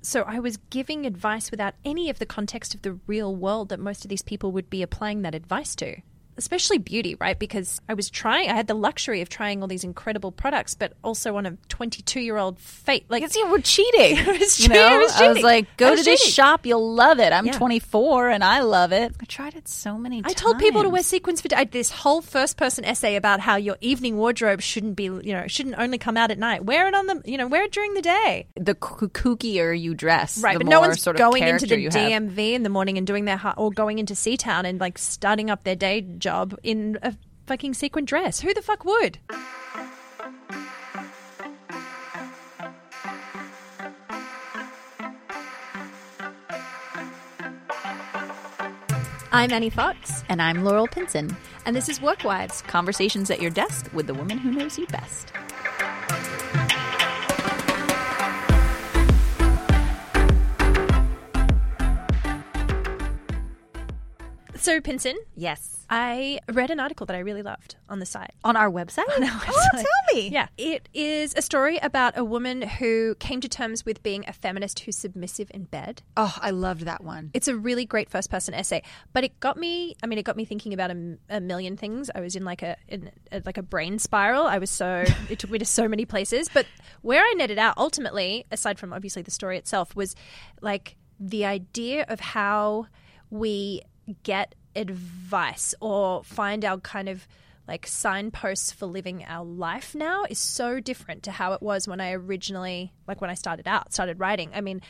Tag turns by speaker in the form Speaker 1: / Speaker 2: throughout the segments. Speaker 1: So I was giving advice without any of the context of the real world that most of these people would be applying that advice to. Especially beauty, right? Because I was trying, I had the luxury of trying all these incredible products, but also on a 22 year old fate. Like,
Speaker 2: Because you were cheating.
Speaker 1: I was
Speaker 2: you
Speaker 1: cheating,
Speaker 2: know?
Speaker 1: I was cheating.
Speaker 2: like, go
Speaker 1: I was
Speaker 2: to this
Speaker 1: cheating.
Speaker 2: shop. You'll love it. I'm
Speaker 1: Yeah.
Speaker 2: 24 and I love it. I tried it so many times.
Speaker 1: I told people to wear sequins for. I had this whole first person essay about how your evening wardrobe shouldn't be, you know, shouldn't only come out at night. Wear it on the, you know, wear it during the day.
Speaker 2: The k- kookier you dress,
Speaker 1: Right,
Speaker 2: the
Speaker 1: but
Speaker 2: more
Speaker 1: no one's
Speaker 2: sort of
Speaker 1: going into
Speaker 2: character
Speaker 1: the
Speaker 2: you
Speaker 1: DMV
Speaker 2: have.
Speaker 1: in the morning and doing their hi- or going into Seatown and like starting up their day job in a fucking sequin dress. Who the fuck would? I'm Annie Fox,
Speaker 2: And I'm Laurel Pinson.
Speaker 1: and this is Work Wives.
Speaker 2: Conversations at your desk with the woman who knows you best.
Speaker 1: So, Pinson,
Speaker 2: Yes.
Speaker 1: I read an article that I really loved on the site.
Speaker 2: On our website? Oh,
Speaker 1: website.
Speaker 2: tell me.
Speaker 1: Yeah. It is a story about a woman who came to terms with being a feminist who's submissive in bed.
Speaker 2: Oh, I loved that one.
Speaker 1: It's a really great first person essay, but it got me, I mean, it got me thinking about a, m- a million things. I was in like a, in a, like a brain spiral. I was so, it took me to so many places, but where I netted out ultimately, aside from obviously the story itself, was like the idea of how we get advice or find our kind of like signposts for living our life now is so different to how it was when I originally like when I started out started writing. I mean,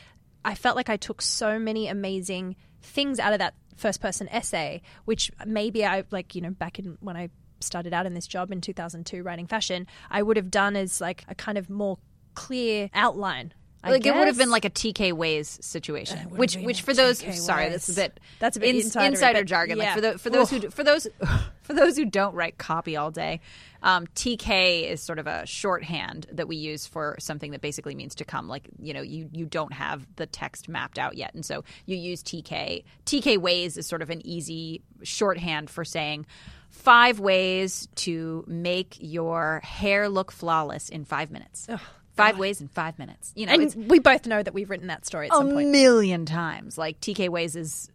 Speaker 1: I felt like I took so many amazing things out of that first person essay, which maybe I like you know back in when I started out in this job in 2002 writing fashion, I would have done as like a kind of more clear outline. I
Speaker 2: like it would
Speaker 1: guess.
Speaker 2: have been like a TK Ways situation,
Speaker 1: would've
Speaker 2: which
Speaker 1: been
Speaker 2: which
Speaker 1: a
Speaker 2: for those
Speaker 1: TK
Speaker 2: sorry, that's a
Speaker 1: Ways.
Speaker 2: bit
Speaker 1: That's a bit insidery,
Speaker 2: insider
Speaker 1: but
Speaker 2: jargon. Like
Speaker 1: yeah.
Speaker 2: for the, for those who do, for those for those who don't write copy all day, um, TK is sort of a shorthand that we use for something that basically means to come. Like you know, you you don't have the text mapped out yet, and so you use TK. TK Ways is sort of an easy shorthand for saying. Five ways to make your hair look flawless in five minutes. Five ways in five minutes. You know, it's Oh,
Speaker 1: and we both know that we've written that story at some
Speaker 2: a
Speaker 1: point.
Speaker 2: million times. Like TK Ways is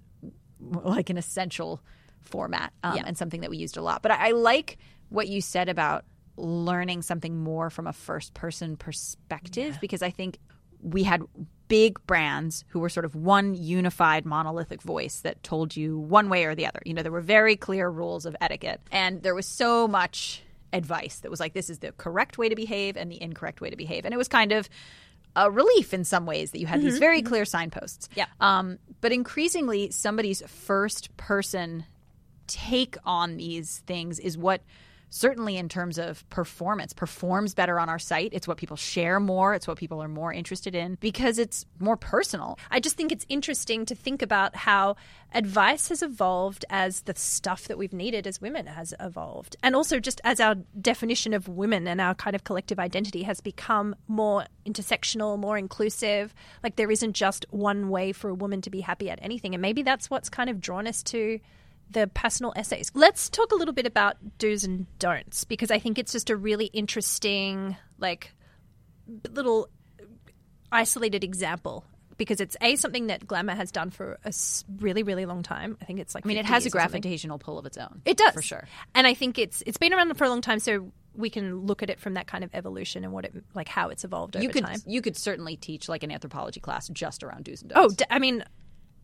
Speaker 2: like an essential format um, and something that we used a lot. But I, I like what you said about learning something more from a first person perspective because I think we had big brands who were sort of one unified monolithic voice that told you one way or the other. You know, there were very clear rules of etiquette and there was so much advice that was like this is the correct way to behave and the incorrect way to behave. And it was kind of a relief in some ways that you had these very clear signposts.
Speaker 1: Yeah.
Speaker 2: Um, but increasingly, somebody's first person take on these things is what certainly in terms of performance performs better on our site it's what people share more it's what people are more interested in because it's more personal
Speaker 1: I just think it's interesting to think about how advice has evolved as the stuff that we've needed as women has evolved. And also just as our definition of women and our kind of collective identity has become more intersectional, more inclusive. Like there isn't just one way for a woman to be happy at anything. And maybe that's what's kind of drawn us to the personal essays. Let's talk a little bit about do's and don'ts because I think it's just a really interesting like little isolated example because it's a something that glamour has done for a s- really really long time. I think it's like
Speaker 2: i mean it
Speaker 1: 50
Speaker 2: has
Speaker 1: years
Speaker 2: a
Speaker 1: or something.
Speaker 2: gravitational pull of its own
Speaker 1: It does
Speaker 2: for sure
Speaker 1: and I think it's it's been around for a long time, so we can look at it from that kind of evolution and what it like how it's evolved over
Speaker 2: you could
Speaker 1: time.
Speaker 2: you could certainly teach like an anthropology class just around do's and don'ts
Speaker 1: Oh, d- I mean,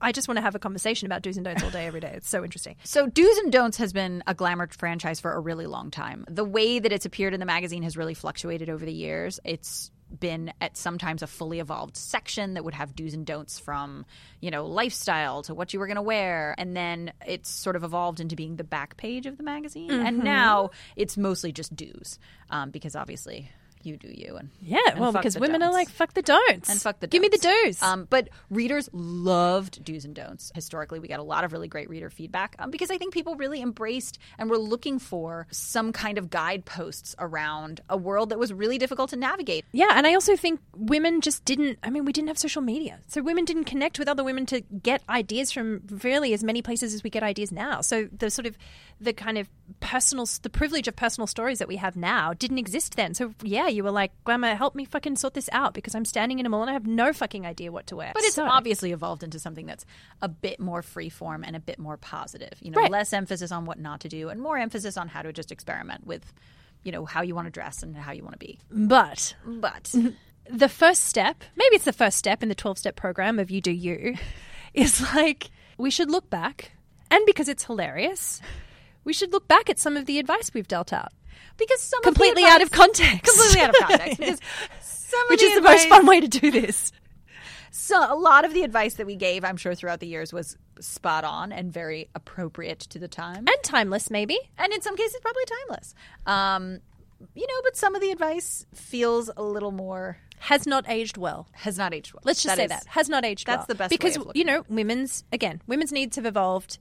Speaker 1: I just want to have a conversation about do's and don'ts all day every day. It's so interesting.
Speaker 2: So Do's and Don'ts has been a glamour franchise for a really long time. The way that it's appeared in the magazine has really fluctuated over the years. It's been at sometimes a fully evolved section that would have do's and don'ts from, you know, lifestyle to what you were going to wear. And then it's sort of evolved into being the back page of the magazine.
Speaker 1: Mm-hmm.
Speaker 2: And now it's mostly just do's um, because obviously you do you. And
Speaker 1: Yeah,
Speaker 2: and
Speaker 1: well,
Speaker 2: fuck
Speaker 1: because
Speaker 2: the
Speaker 1: women are
Speaker 2: don'ts.
Speaker 1: like fuck the don'ts
Speaker 2: And fuck the
Speaker 1: give me the
Speaker 2: don'ts.
Speaker 1: do's.
Speaker 2: Um, but readers loved do's and don'ts. Historically, we got a lot of really great reader feedback um, because I think people really embraced and were looking for some kind of guideposts around a world that was really difficult to navigate.
Speaker 1: Yeah, and I also think women just didn't. I mean, we didn't have social media, so women didn't connect with other women to get ideas from really as many places as we get ideas now. So the sort of the kind of personal the privilege of personal stories that we have now didn't exist then. So yeah, you were like, Glamour, help me fucking sort this out because I'm standing in a mall and I have no fucking idea what to wear.
Speaker 2: But it's
Speaker 1: So-
Speaker 2: obviously evolved into something that's a bit more freeform and a bit more positive. You know,
Speaker 1: Right.
Speaker 2: less emphasis on what not to do and more emphasis on how to just experiment with, you know, how you want to dress and how you want to be.
Speaker 1: but
Speaker 2: But
Speaker 1: Mm-hmm. the first step, maybe it's the first step in the 12 step program of You Do You, is like we should look back. And because it's hilarious, we should look back at some of the advice we've dealt out.
Speaker 2: because some of the
Speaker 1: Completely
Speaker 2: advice-
Speaker 1: out of context.
Speaker 2: completely out of context because some of
Speaker 1: Which
Speaker 2: the
Speaker 1: is the most
Speaker 2: advice-
Speaker 1: fun way to do this.
Speaker 2: So a lot of the advice that we gave, I'm sure, throughout the years was spot on and very appropriate to the time,
Speaker 1: And timeless, maybe.
Speaker 2: and in some cases probably timeless. Um, you know, but some of the advice feels a little more
Speaker 1: Has not aged well.
Speaker 2: has not aged well.
Speaker 1: Let's just say
Speaker 2: is-
Speaker 1: that has not aged.
Speaker 2: that's
Speaker 1: well.
Speaker 2: the best way
Speaker 1: because
Speaker 2: of looking
Speaker 1: you know women's again women's needs have evolved,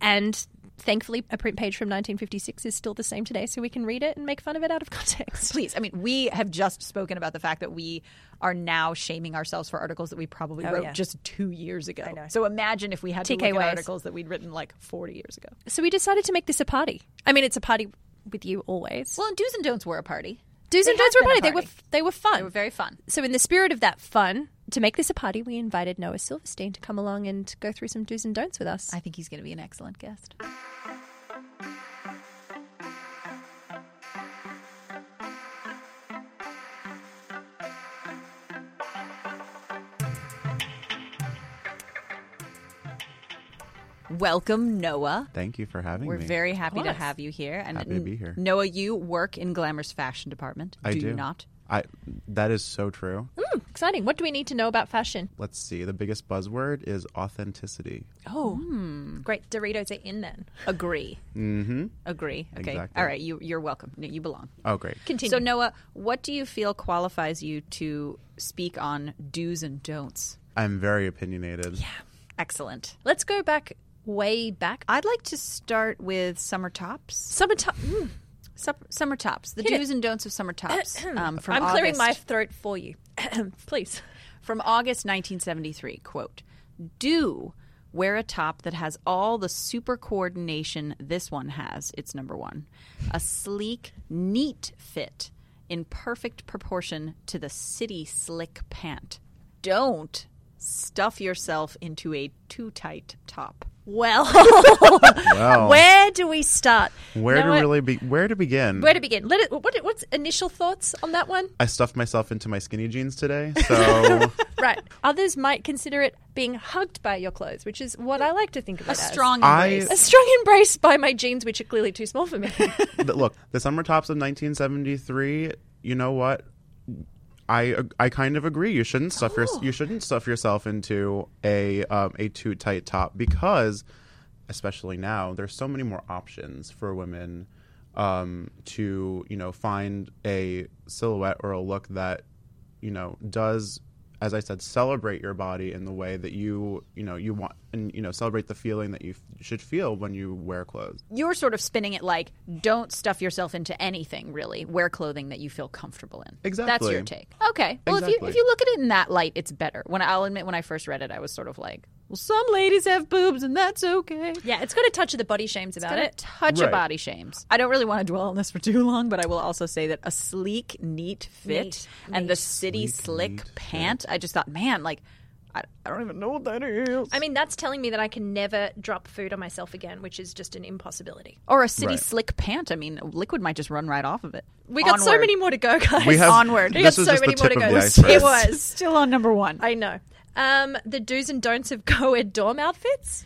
Speaker 1: and thankfully a print page from 1956 is still the same today, so we can read it and make fun of it out of context.
Speaker 2: Please, I mean, we have just spoken about the fact that we are now shaming ourselves for articles that we probably wrote
Speaker 1: Oh, yeah.
Speaker 2: just two years ago. So imagine if we had to look
Speaker 1: TK
Speaker 2: at
Speaker 1: ways.
Speaker 2: articles that we'd written like 40 years ago.
Speaker 1: So we decided to make this a party. I mean, it's a party with you always.
Speaker 2: Well, and do's and don'ts were a party.
Speaker 1: Do's and
Speaker 2: they
Speaker 1: don'ts
Speaker 2: have
Speaker 1: were a
Speaker 2: been
Speaker 1: party.
Speaker 2: a
Speaker 1: They were
Speaker 2: party.
Speaker 1: they were fun.
Speaker 2: They were very fun.
Speaker 1: so in the spirit of that fun, to make this a party, we invited Noah Silverstein to come along and go through some do's and don'ts with us.
Speaker 2: I think he's going to be an excellent guest. Welcome, Noah.
Speaker 3: Thank you for having
Speaker 2: We're
Speaker 3: me.
Speaker 2: very happy to
Speaker 1: course.
Speaker 2: have you here. And
Speaker 3: Happy to be here.
Speaker 2: Noah, you work in Glamour's fashion department.
Speaker 3: I do,
Speaker 2: you not?
Speaker 3: I that is so true.
Speaker 1: Hmm, exciting. What do we need to know about fashion?
Speaker 3: Let's see. The biggest buzzword is authenticity.
Speaker 1: Oh,
Speaker 2: Mm.
Speaker 1: great. Doritos are in then.
Speaker 2: Agree. Mm-hmm. Agree. Okay.
Speaker 3: Exactly.
Speaker 2: All right. You, you're welcome. No, You belong.
Speaker 3: Oh, great.
Speaker 1: Continue.
Speaker 2: So, Noah, what do you feel qualifies you to speak on do's and don'ts?
Speaker 3: I'm very opinionated. Yeah.
Speaker 2: Excellent.
Speaker 1: Let's go back way back.
Speaker 2: I'd like to start with summer tops.
Speaker 1: Summertime. Mm,
Speaker 2: Sup- summer tops. The
Speaker 1: Hit it.
Speaker 2: do's and don'ts of summer tops. um, from
Speaker 1: I'm clearing my
Speaker 2: August-
Speaker 1: throat for you. Please.
Speaker 2: from August 1973. Quote: Do wear a top that has all the super coordination this one has. It's number one. A sleek, neat fit in perfect proportion to the city slick pant. Don't stuff yourself into a too tight top.
Speaker 1: Well,
Speaker 3: Well, where,
Speaker 1: where do we start?
Speaker 3: to
Speaker 1: Noah,
Speaker 3: really be? Oh. Where to begin?
Speaker 1: Where to begin? Let it, what, what's initial thoughts on that one?
Speaker 3: I stuffed myself into my skinny jeans today, so
Speaker 1: Right. Others might consider it being hugged by your clothes, which is what I like to think of it
Speaker 2: A
Speaker 1: as.
Speaker 2: strong
Speaker 3: I-
Speaker 2: embrace.
Speaker 1: A strong embrace by my jeans, which are clearly too small for me.
Speaker 3: th- look, the summer tops of 1973. You know what? I I kind of agree. You shouldn't stuff your you shouldn't stuff yourself into a um, a too tight top because, especially now, there's so many more options for women um, to you know find a silhouette or a look that you know does as I said celebrate your body in the way that you you know you want and you know celebrate the feeling that you f- should feel when you wear clothes.
Speaker 2: You're sort of spinning it like don't stuff yourself into anything really. Wear clothing that you feel comfortable in. That's
Speaker 3: Exactly.
Speaker 2: your take. Okay. Well, if you
Speaker 3: Exactly.
Speaker 2: if you look at it in that light, it's better. When I'll admit when I first read it, I was sort of like, well, some ladies have boobs and that's okay.
Speaker 1: yeah, it's got a touch of the body shames about
Speaker 2: Gotta
Speaker 1: it.
Speaker 2: touch of
Speaker 3: Right.
Speaker 2: body shames. I don't really want to dwell on this for too long, but I will also say that a sleek, neat fit
Speaker 1: Neat,
Speaker 2: and the city
Speaker 3: Sleek,
Speaker 2: slick
Speaker 3: neat
Speaker 2: pant. I just thought, man, like, I, I don't even know what that is.
Speaker 1: I mean, that's telling me that I can never drop food on myself again, which is just an impossibility.
Speaker 2: or a city
Speaker 3: Right.
Speaker 2: slick pant. I mean, liquid might just run right off of it.
Speaker 1: We got so
Speaker 2: Onward.
Speaker 1: many more to go, guys.
Speaker 3: We have-
Speaker 2: Onward.
Speaker 1: We got
Speaker 3: this was
Speaker 1: so
Speaker 3: just the
Speaker 1: many more to
Speaker 3: tip
Speaker 1: go.
Speaker 3: of the
Speaker 1: It
Speaker 3: iceberg.
Speaker 1: was.
Speaker 2: still on number one.
Speaker 1: I know. Um, the do's and don'ts of co-ed dorm outfits.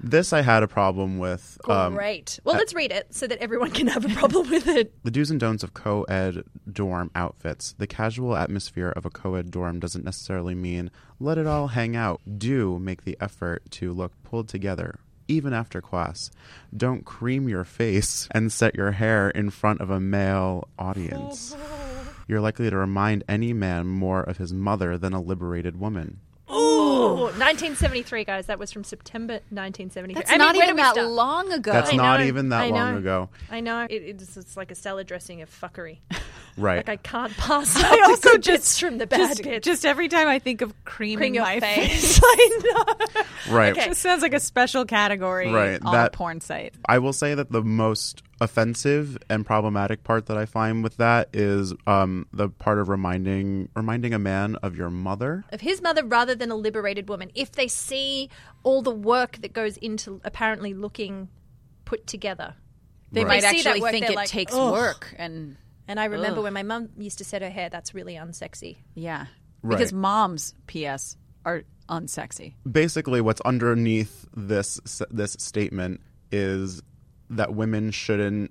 Speaker 3: This I had a problem with. Um,
Speaker 1: Great. well, let's read it so that everyone can have a problem with it.
Speaker 3: the do's and don'ts of co ed dorm outfits. The casual atmosphere of a co ed dorm doesn't necessarily mean let it all hang out. Do make the effort to look pulled together, even after class. Don't cream your face and set your hair in front of a male audience. You're likely to remind any man more of his mother than a liberated woman.
Speaker 1: Ooh, 1973, guys. That was from September 1973.
Speaker 2: That's
Speaker 1: I mean,
Speaker 2: not
Speaker 1: where do
Speaker 2: even
Speaker 1: we
Speaker 2: that
Speaker 1: start?
Speaker 2: long ago.
Speaker 3: That's
Speaker 1: I
Speaker 3: not
Speaker 1: know,
Speaker 3: even that
Speaker 1: I
Speaker 3: long
Speaker 1: know.
Speaker 3: ago.
Speaker 1: I know. It, it's, it's like a salad dressing of fuckery.
Speaker 3: Right.
Speaker 1: Like I can't pass. I also just from the bad
Speaker 2: Just,
Speaker 1: bits.
Speaker 2: just every time I think of
Speaker 1: Cream
Speaker 2: creaming
Speaker 1: your
Speaker 2: my
Speaker 1: face.
Speaker 2: face, I know.
Speaker 3: Right.
Speaker 1: Okay.
Speaker 2: It sounds like a special category
Speaker 3: Right,
Speaker 2: on
Speaker 3: that-
Speaker 2: a porn site.
Speaker 3: I will say that the most offensive and problematic part that I find with that is um, the part of reminding reminding a man of your mother.
Speaker 1: of his mother rather than a liberated woman. If they see all the work that goes into apparently looking put together.
Speaker 2: They
Speaker 3: Right.
Speaker 2: might
Speaker 1: They see that
Speaker 2: actually
Speaker 1: work,
Speaker 2: think
Speaker 1: they're
Speaker 2: it
Speaker 1: like,
Speaker 2: takes
Speaker 1: "Ugh."
Speaker 2: work and
Speaker 1: And I remember
Speaker 2: Ugh.
Speaker 1: when my mum used to set her hair, that's really unsexy.
Speaker 2: yeah.
Speaker 3: Right.
Speaker 2: Because moms, PS, are unsexy.
Speaker 3: Basically, what's underneath this this statement is that women shouldn't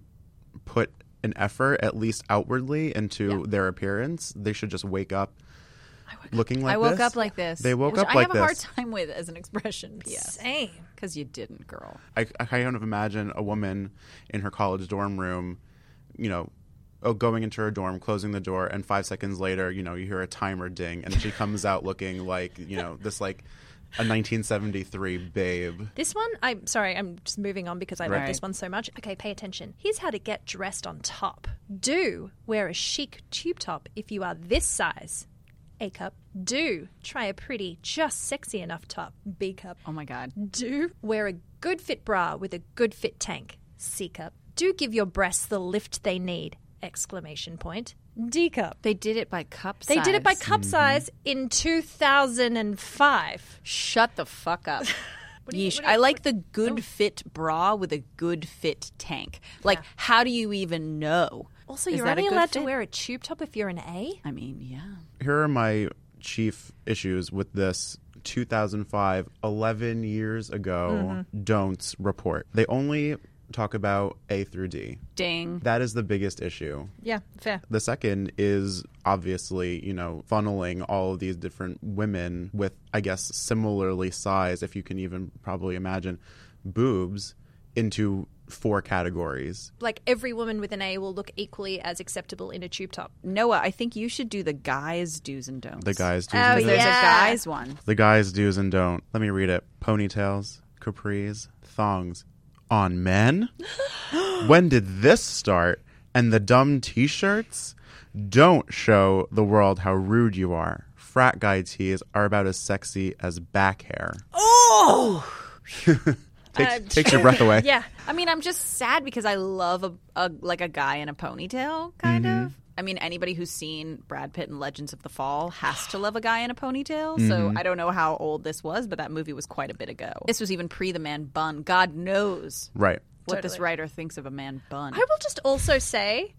Speaker 3: put an effort, at least outwardly, into their appearance. They should just wake up looking like
Speaker 2: I woke
Speaker 3: this.
Speaker 2: up like this.
Speaker 3: They woke
Speaker 2: which
Speaker 3: up
Speaker 2: I
Speaker 3: like
Speaker 2: have a hard
Speaker 3: this.
Speaker 2: time with as an expression, PS.
Speaker 1: Same.
Speaker 2: Because you didn't, girl.
Speaker 3: I, I kind of imagine a woman in her college dorm room, you know, oh, going into her dorm, closing the door, and five seconds later, you know, you hear a timer ding, and she comes out looking like, you know, this like a 1973 babe.
Speaker 1: This one, I'm sorry, I'm just moving on because I love
Speaker 2: Right.
Speaker 1: this one so much. Okay, pay attention. Here's how to get dressed on top. Do wear a chic tube top if you are this size. A cup. Do try a pretty, just sexy enough top. B cup.
Speaker 2: Oh my God.
Speaker 1: Do wear a good fit bra with a good fit tank. C cup. Do give your breasts the lift they need. Exclamation point. D cup.
Speaker 2: They did it by cup
Speaker 1: They did it by
Speaker 2: size.
Speaker 1: cup size Mm-hmm. in 2005.
Speaker 2: Shut the fuck up.
Speaker 1: do you-
Speaker 2: Yeesh.
Speaker 1: what do you-
Speaker 2: I like the good fit bra with a good fit tank. Like, how do you even know?
Speaker 1: Also,
Speaker 2: Is
Speaker 1: you're
Speaker 2: that a
Speaker 1: only
Speaker 2: good
Speaker 1: allowed to
Speaker 2: fit?
Speaker 1: wear a tube top if you're an A.
Speaker 2: I mean, yeah.
Speaker 3: Here are my chief issues with this 2005, 11 years ago, don'ts report. They only talk about A through D.
Speaker 2: Ding.
Speaker 3: That is the biggest issue.
Speaker 1: Yeah, fair.
Speaker 3: The second is obviously, you know, funneling all of these different women with, I guess, similarly sized, if you can even probably imagine, boobs into four categories.
Speaker 1: Like every woman with an A will look equally as acceptable in a tube top.
Speaker 2: Noah, I think you should do the guys' do's and don'ts.
Speaker 3: The guys do's
Speaker 1: Oh,
Speaker 3: and
Speaker 2: There's
Speaker 3: don'ts.
Speaker 1: yeah.
Speaker 2: a guys one.
Speaker 3: The guys do's and don't. Let me read it. Ponytails, capris, thongs on men. when did this start? And the dumb t-shirts don't show the world how rude you are. Frat guy tees are about as sexy as back hair.
Speaker 2: Oh!
Speaker 3: Takes,
Speaker 1: I'm
Speaker 3: takes your breath away.
Speaker 1: Yeah.
Speaker 2: I mean, I'm just sad because I love a, a like a guy in a ponytail, kind
Speaker 3: Mm-hmm.
Speaker 2: of. I mean, anybody who's seen Brad Pitt in Legends of the Fall has to love a guy in a ponytail. So
Speaker 3: Mm-hmm.
Speaker 2: I don't know how old this was, but that movie was quite a bit ago. This was even pre the man bun. God knows
Speaker 3: Right.
Speaker 2: what this
Speaker 1: Totally.
Speaker 2: writer thinks of a man bun.
Speaker 1: I will just also say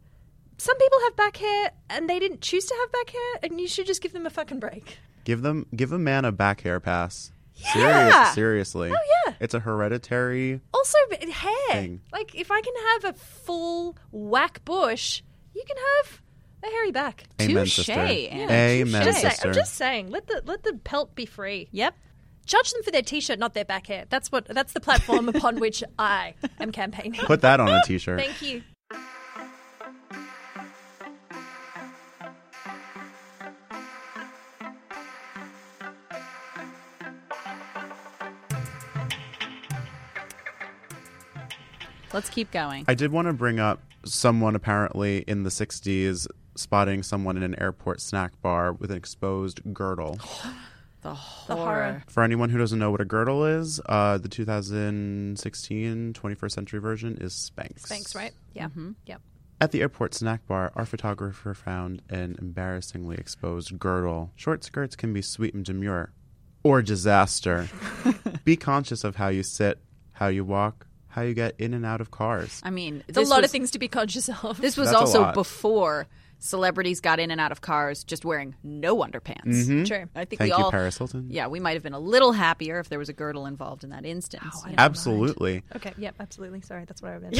Speaker 1: some people have back hair and they didn't choose to have back hair, and you should just give them a fucking break.
Speaker 3: Give them give a man a back hair pass.
Speaker 2: Yeah.
Speaker 3: seriously. Oh
Speaker 1: yeah.
Speaker 3: It's a hereditary
Speaker 1: Also, b- hair.
Speaker 3: Thing.
Speaker 1: Like, if I can have a full whack bush, you can have a hairy back.
Speaker 3: amen
Speaker 2: Touche,
Speaker 3: sister.
Speaker 2: Anna,
Speaker 3: amen
Speaker 2: touche.
Speaker 1: Just say,
Speaker 3: sister.
Speaker 1: I'm just saying, let the let the pelt be free.
Speaker 2: Yep.
Speaker 1: Judge them for their t-shirt, not their back hair. That's what that's the platform upon which I am campaigning.
Speaker 3: Put that on a t-shirt.
Speaker 1: Thank you.
Speaker 2: Let's keep going.
Speaker 3: I did want to bring up someone apparently in the 60s spotting someone in an airport snack bar with an exposed girdle.
Speaker 2: The
Speaker 1: horror.
Speaker 2: horror.
Speaker 3: For anyone who doesn't know what a girdle is, uh, the 2016 21st century version is Spanx.
Speaker 1: Thanks, right? Yeah. Yep.
Speaker 3: At the airport snack bar, our photographer found an embarrassingly exposed girdle. Short skirts can be sweet and demure, or disaster. be conscious of how you sit, how you walk, how you get in and out of cars.
Speaker 2: I mean,
Speaker 1: There's a lot of
Speaker 2: things.
Speaker 1: things to be conscious of.
Speaker 2: This was
Speaker 3: That's a
Speaker 2: also
Speaker 3: lot.
Speaker 2: before celebrities got in and out of cars just wearing no underpants.
Speaker 3: Hmm?
Speaker 1: True.
Speaker 2: I think
Speaker 3: Mm-hmm. Thank
Speaker 2: we
Speaker 3: you,
Speaker 2: all,
Speaker 3: Paris Hilton.
Speaker 2: yeah, we might have been a little happier if there was a girdle involved in that instance. you know?
Speaker 3: Absolutely.
Speaker 1: Okay. Yep. Absolutely. Sorry. That's what I meant.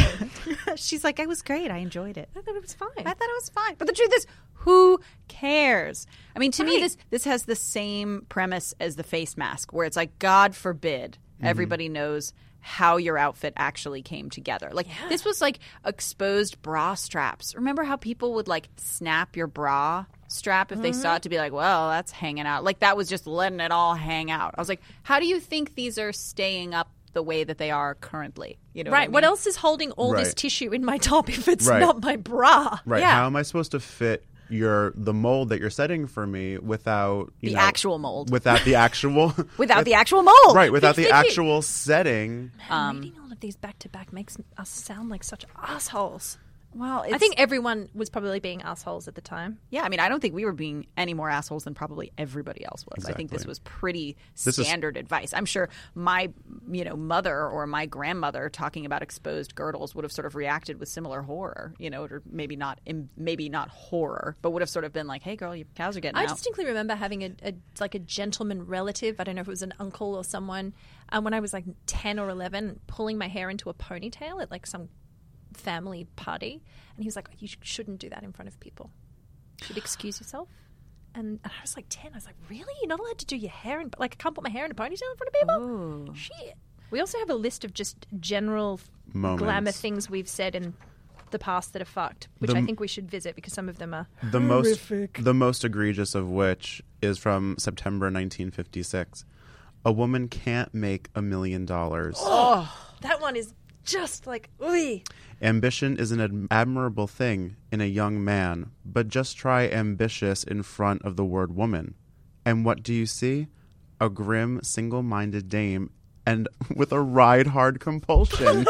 Speaker 1: I
Speaker 2: She's like, I was great. I enjoyed it.
Speaker 1: thought it was fine.
Speaker 2: I thought it was fine. But the truth is, who cares? I mean, to me,
Speaker 1: Right.
Speaker 2: this this has the same premise as the face mask, where it's like, God forbid,
Speaker 1: Mm-hmm.
Speaker 2: everybody knows how your outfit actually came together. Like this was like exposed bra straps. Remember how people would like snap your bra strap if they
Speaker 1: Mm-hmm.
Speaker 2: saw it to be like, well, that's hanging out. Like that was just letting it all hang out. I was like, how do you think these are staying up the way that they are currently. You know,
Speaker 1: right.
Speaker 2: What, I mean?
Speaker 1: What else is holding all this
Speaker 3: Right.
Speaker 1: tissue in my top if it's
Speaker 3: Right.
Speaker 1: not my bra?
Speaker 3: Right.
Speaker 2: Yeah.
Speaker 3: How am I supposed to fit your the mold that you're setting for me without you
Speaker 2: The
Speaker 3: know,
Speaker 2: actual mold.
Speaker 3: without the actual
Speaker 2: Without the actual mold.
Speaker 3: right without
Speaker 1: He's
Speaker 3: the
Speaker 1: thinking-
Speaker 3: actual setting.
Speaker 1: Um, reading all of these back to back makes us sound like such assholes.
Speaker 2: Well, it's,
Speaker 1: I think everyone was probably being assholes at the time.
Speaker 2: Yeah, I mean, I don't think we were being any more assholes than probably everybody else was. I think this
Speaker 3: Exactly.
Speaker 2: was pretty
Speaker 3: This is-
Speaker 2: standard advice. I'm sure my, you know, mother or my grandmother talking about exposed girdles would have sort of reacted with similar horror, you know, or maybe not, im- maybe not horror, but would have sort of been like, "Hey, girl, your cows are getting
Speaker 1: I
Speaker 2: out."
Speaker 1: distinctly remember having a, a like a gentleman relative. I don't know if it was an uncle or someone. Um, when I was like ten or eleven, pulling my hair into a ponytail at like some family party, and he was like, "You sh- shouldn't do that in front of people. You should excuse yourself." And, and I was like ten. I was like, "Really? You're not allowed to do your hair in like I can't put my hair in a ponytail in front of people." Shit. We also have a list of just general
Speaker 3: Moments.
Speaker 1: glamour things we've said in the past that are fucked, which
Speaker 3: The
Speaker 1: I
Speaker 3: m-
Speaker 1: think we should visit because some of them are.
Speaker 3: The most the most egregious of which is from September 1956. A woman can't make a million dollars.
Speaker 1: That one is just like, oi.
Speaker 3: Ambition is an ad- admirable thing in a young man, but just try ambitious in front of the word woman. And what do you see? A grim, single minded dame and with a ride hard compulsion.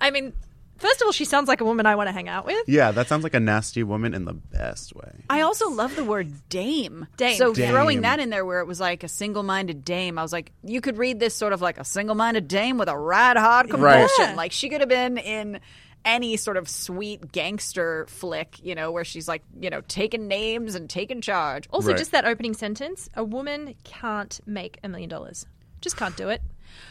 Speaker 1: I mean, first of all, she sounds like a woman I want to hang out with.
Speaker 3: yeah, that sounds like a nasty woman in the best way.
Speaker 2: I also love the word dame.
Speaker 1: Dame.
Speaker 2: So
Speaker 3: Dame.
Speaker 2: throwing that in there where it was like a single-minded dame, I was like, you could read this sort of like a single-minded dame with a rad hard
Speaker 3: Right.
Speaker 2: compulsion. Like she could have been in any sort of sweet gangster flick, you know, where she's like, you know, taking names and taking charge.
Speaker 1: Also,
Speaker 3: Right.
Speaker 1: just that opening sentence a woman can't make a million dollars. Just can't do it.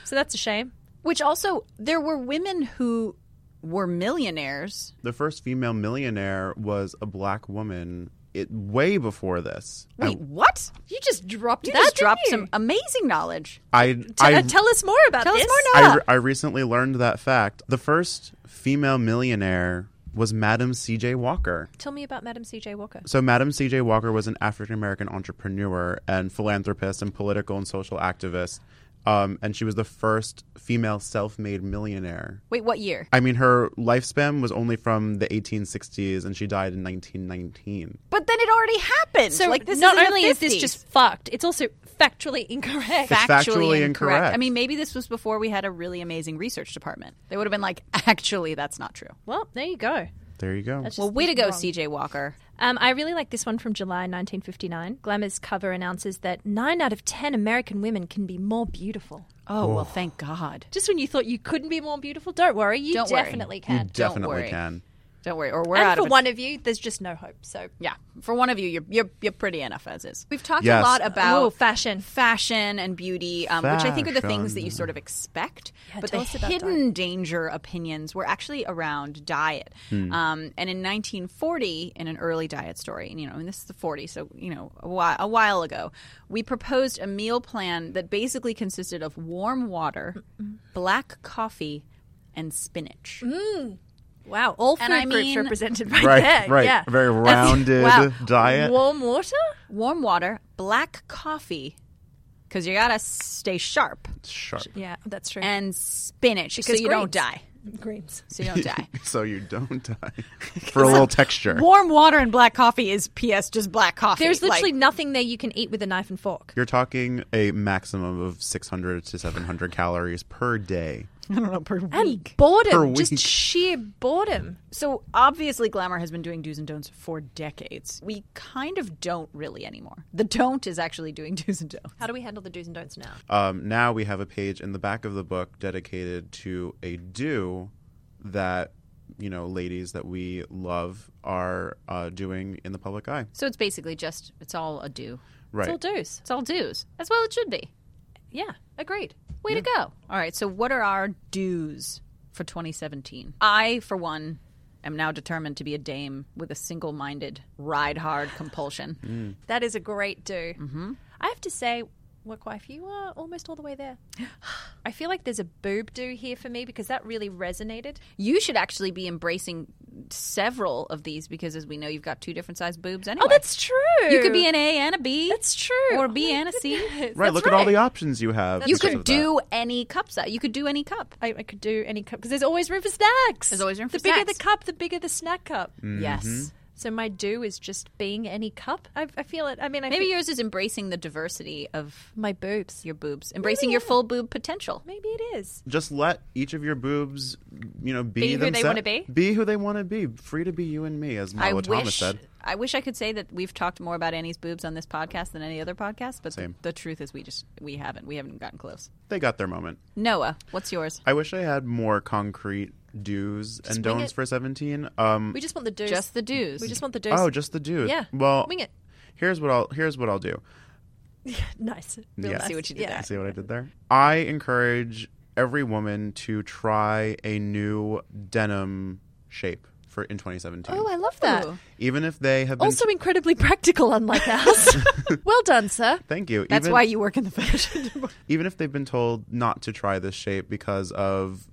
Speaker 1: So that's a shame.
Speaker 2: Which also, there were women who were millionaires.
Speaker 3: The first female millionaire was a black woman it, way before this.
Speaker 2: Wait, what?
Speaker 1: Oh. You just dropped
Speaker 2: You
Speaker 1: that.
Speaker 2: just dropped
Speaker 1: didn't
Speaker 2: some
Speaker 1: you?
Speaker 2: amazing knowledge.
Speaker 3: I,
Speaker 1: T- uh,
Speaker 3: I,
Speaker 1: tell us more about
Speaker 2: Tell us
Speaker 1: this.
Speaker 2: more
Speaker 3: I,
Speaker 2: Nora.
Speaker 3: re- I recently learned that fact. The first female millionaire was Madam C.J. Walker.
Speaker 1: Tell me about Madam C.J. Walker.
Speaker 3: So, Madam C.J. Walker was an African American entrepreneur and philanthropist and political and social activist. Um, and she was the first female self made millionaire.
Speaker 2: Wait, what year?
Speaker 3: I mean, her lifespan was only from the 1860s and she died in 1919.
Speaker 2: But then it already happened.
Speaker 1: So,
Speaker 2: like this
Speaker 1: not
Speaker 2: is in the
Speaker 1: only is this
Speaker 2: 50s.
Speaker 1: just fucked, it's also factually incorrect.
Speaker 3: Fact- factually incorrect.
Speaker 2: I mean, maybe this was before we had a really amazing research department. They would have been like, actually, that's not true.
Speaker 1: well, there you go.
Speaker 3: There you go.
Speaker 1: That's
Speaker 2: Well,
Speaker 1: just
Speaker 2: way to go,
Speaker 1: wrong.
Speaker 2: CJ Walker.
Speaker 1: Um, I really like this one from July 1959. Glamour's cover announces that nine out of ten American women can be more beautiful.
Speaker 2: Oh, well, thank God.
Speaker 1: Just when you thought you couldn't be more beautiful, don't worry, you
Speaker 2: Don't worry.
Speaker 1: definitely
Speaker 3: you
Speaker 1: can.
Speaker 3: definitely
Speaker 2: worry.
Speaker 3: can.
Speaker 2: Don't worry. Or we're
Speaker 1: and
Speaker 2: out
Speaker 1: for
Speaker 2: of it.
Speaker 1: one of you, there's just no hope. So
Speaker 2: Yeah. For one of you, you're, you're, you're pretty enough as is. We've talked
Speaker 3: Yes.
Speaker 2: a lot
Speaker 1: oh,
Speaker 2: about
Speaker 1: fashion.
Speaker 2: fashion and beauty, um, which I think are the things that you
Speaker 3: Fashion.
Speaker 2: sort of expect.
Speaker 1: Yeah,
Speaker 2: but the
Speaker 1: tell us about
Speaker 2: hidden danger opinions were actually around diet.
Speaker 1: Hmm.
Speaker 2: Um, and in 1940, in an early diet story, and you know, and this is the 40s, so you know, a while, a while ago, we proposed a meal plan that basically consisted of warm water, black coffee, and spinach.
Speaker 1: Hmm. Wow, all food
Speaker 2: And I
Speaker 1: groups
Speaker 2: mean-
Speaker 1: represented right,
Speaker 3: Right,
Speaker 1: there.
Speaker 3: right.
Speaker 1: Yeah.
Speaker 3: Very rounded
Speaker 2: Wow.
Speaker 3: diet.
Speaker 1: Warm water.
Speaker 2: Warm water, black coffee, because you gotta stay sharp,
Speaker 3: Sharp.
Speaker 1: Yeah, that's true.
Speaker 2: and spinach,
Speaker 1: Because
Speaker 2: so you don't
Speaker 1: greens.
Speaker 2: die.
Speaker 1: greens.
Speaker 2: So you don't die.
Speaker 3: so you don't die. For a little texture.
Speaker 2: Warm water and black coffee is PS just black coffee.
Speaker 1: There's literally
Speaker 2: Like,
Speaker 1: nothing there you can eat with a knife and fork.
Speaker 3: You're talking a maximum of 600 to 700 calories per day.
Speaker 2: I don't know per week.
Speaker 1: And boredom,
Speaker 3: Per
Speaker 1: just
Speaker 3: week.
Speaker 1: sheer boredom.
Speaker 2: so obviously Glamour has been doing do's and don'ts for decades. We kind of don't really anymore. The don't is actually doing do's and don'ts.
Speaker 1: How do we handle the do's and don'ts now?
Speaker 3: Um, now we have a page in the back of the book dedicated to a do that, you know, ladies that we love are uh, doing in the public eye.
Speaker 2: So it's basically just it's all a do.
Speaker 1: It's all
Speaker 3: Right.
Speaker 1: do's.
Speaker 2: It's all do's. That's well it should be.
Speaker 1: Yeah, agreed.
Speaker 2: Way to go. All right, so what are our do's for 2017? I for one am now determined to be a dame with a single-minded ride hard compulsion. Mm-hmm.
Speaker 1: That is a great do. I have to say, work wife, you are almost all the way there. I feel like there's a boob do here for me because that really resonated.
Speaker 2: You should actually be embracing several of these because, as we know, you've got two different sized boobs anyway.
Speaker 1: Oh, that's true.
Speaker 2: You could be an A and a B.
Speaker 1: That's true. Oh
Speaker 2: Or a B and a C.
Speaker 3: Right. Look at all the options you have.
Speaker 2: You
Speaker 3: because
Speaker 2: could
Speaker 3: of that.
Speaker 2: do any cup size. You could do any cup.
Speaker 1: I, I could do any cup because there's always room for snacks.
Speaker 2: There's always room for
Speaker 1: the bigger
Speaker 2: snacks.
Speaker 1: the cup, the bigger the snack cup.
Speaker 3: Mm. Mm-hmm.
Speaker 2: Yes.
Speaker 1: So my do is just being any cup. I, I feel it. I mean, I
Speaker 2: Maybe
Speaker 1: feel-
Speaker 2: yours is embracing the diversity of
Speaker 1: my boobs.
Speaker 2: your boobs, embracing your full boob potential.
Speaker 1: Maybe it is.
Speaker 3: Just let each of your boobs, you know, be,
Speaker 1: Be who they
Speaker 3: themse-
Speaker 1: wanna be?
Speaker 3: Be who they want to be. Free to be you and me, as Marlo Thomas said.
Speaker 2: I wish I could say that we've talked more about Annie's boobs on this podcast than any other podcast, but the,
Speaker 3: Same.
Speaker 2: the truth is we just we haven't we haven't gotten close.
Speaker 3: They got their moment.
Speaker 2: Noah, what's yours?
Speaker 3: I wish I had more concrete do's and
Speaker 1: wing
Speaker 3: don'ts
Speaker 1: it.
Speaker 3: for 17. Um,
Speaker 1: We just want the do.
Speaker 2: Just the dues.
Speaker 1: We just want the do.
Speaker 3: oh, just the do's.
Speaker 1: Yeah.
Speaker 3: Well,
Speaker 1: wing it.
Speaker 3: here's what I'll here's what I'll do.
Speaker 1: Nice.
Speaker 3: Real Yeah. nice.
Speaker 2: see what you did
Speaker 1: Yeah.
Speaker 2: there.
Speaker 3: See what I did there? I encourage every woman to try a new denim shape for in 2017.
Speaker 1: Oh, I love that.
Speaker 2: Ooh.
Speaker 3: Even if they have been
Speaker 1: Also incredibly practical, unlike ours. well done, sir.
Speaker 3: Thank you.
Speaker 2: That's
Speaker 3: even,
Speaker 2: why you work in the fashion department.
Speaker 3: even if they've been told not to try this shape because of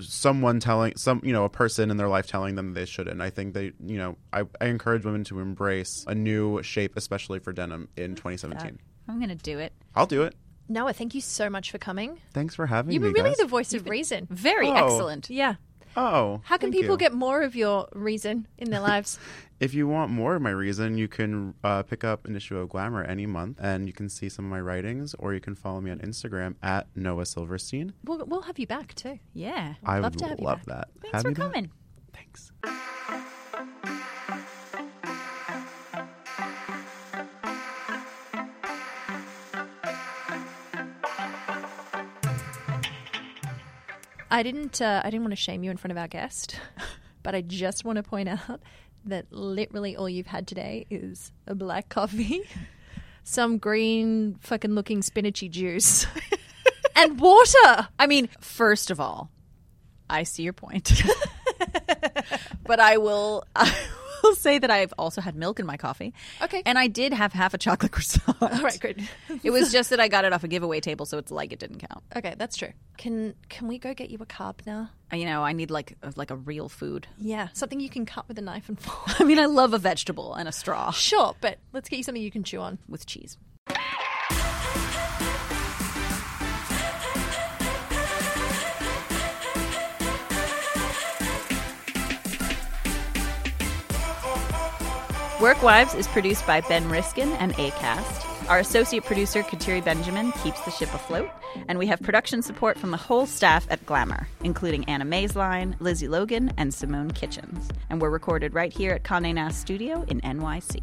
Speaker 3: someone telling some you know a person in their life telling them they shouldn't i think they you know i, I encourage women to embrace a new shape especially for denim in 2017
Speaker 2: I'm gonna do it.
Speaker 3: i'll do it
Speaker 1: Noah, thank you so much for coming.
Speaker 3: thanks for having
Speaker 1: You
Speaker 3: me
Speaker 1: were really
Speaker 3: guys.
Speaker 1: the voice of reason.
Speaker 2: Very
Speaker 3: Oh.
Speaker 2: excellent.
Speaker 1: Yeah.
Speaker 3: oh
Speaker 1: How can
Speaker 3: thank
Speaker 1: people
Speaker 3: you.
Speaker 1: get more of your reason in their lives?
Speaker 3: If you want more of my reason, you can uh, pick up an issue of Glamour any month, and you can see some of my writings, or you can follow me on Instagram at Noah Silverstein.
Speaker 1: we'll, we'll have you back too.
Speaker 2: Yeah.
Speaker 3: I
Speaker 1: love
Speaker 3: would
Speaker 1: to have you
Speaker 3: love
Speaker 1: back.
Speaker 3: that.
Speaker 2: Thanks
Speaker 3: Have
Speaker 2: for
Speaker 3: me back.
Speaker 2: coming.
Speaker 3: Thanks.
Speaker 1: I didn't. Uh, I didn't want to shame you in front of our guest, but I just want to point out that literally all you've had today is a black coffee, some green fucking looking spinachy juice, and water.
Speaker 2: I mean, first of all, I see your point. but I will I will say that I've also had milk in my coffee.
Speaker 1: Okay.
Speaker 2: And I did have half a chocolate croissant.
Speaker 1: All right, good.
Speaker 2: It was just that I got it off a giveaway table, so it's like it didn't count.
Speaker 1: Okay, that's true. Can can we go get you a carb now?
Speaker 2: You know, I need like like a real food.
Speaker 1: Yeah, something you can cut with a knife and fork.
Speaker 2: I mean, I love a vegetable and a straw
Speaker 1: Sure, but let's get you something you can chew on.
Speaker 2: with cheese. Work Wives is produced by Ben Riskin and ACAST. Our associate producer, Kateri Benjamin, keeps the ship afloat, and we have production support from the whole staff at Glamour, including Anna Maysline, Lizzie Logan, and Simone Kitchens. And we're recorded right here at Condé Nast Studio in NYC.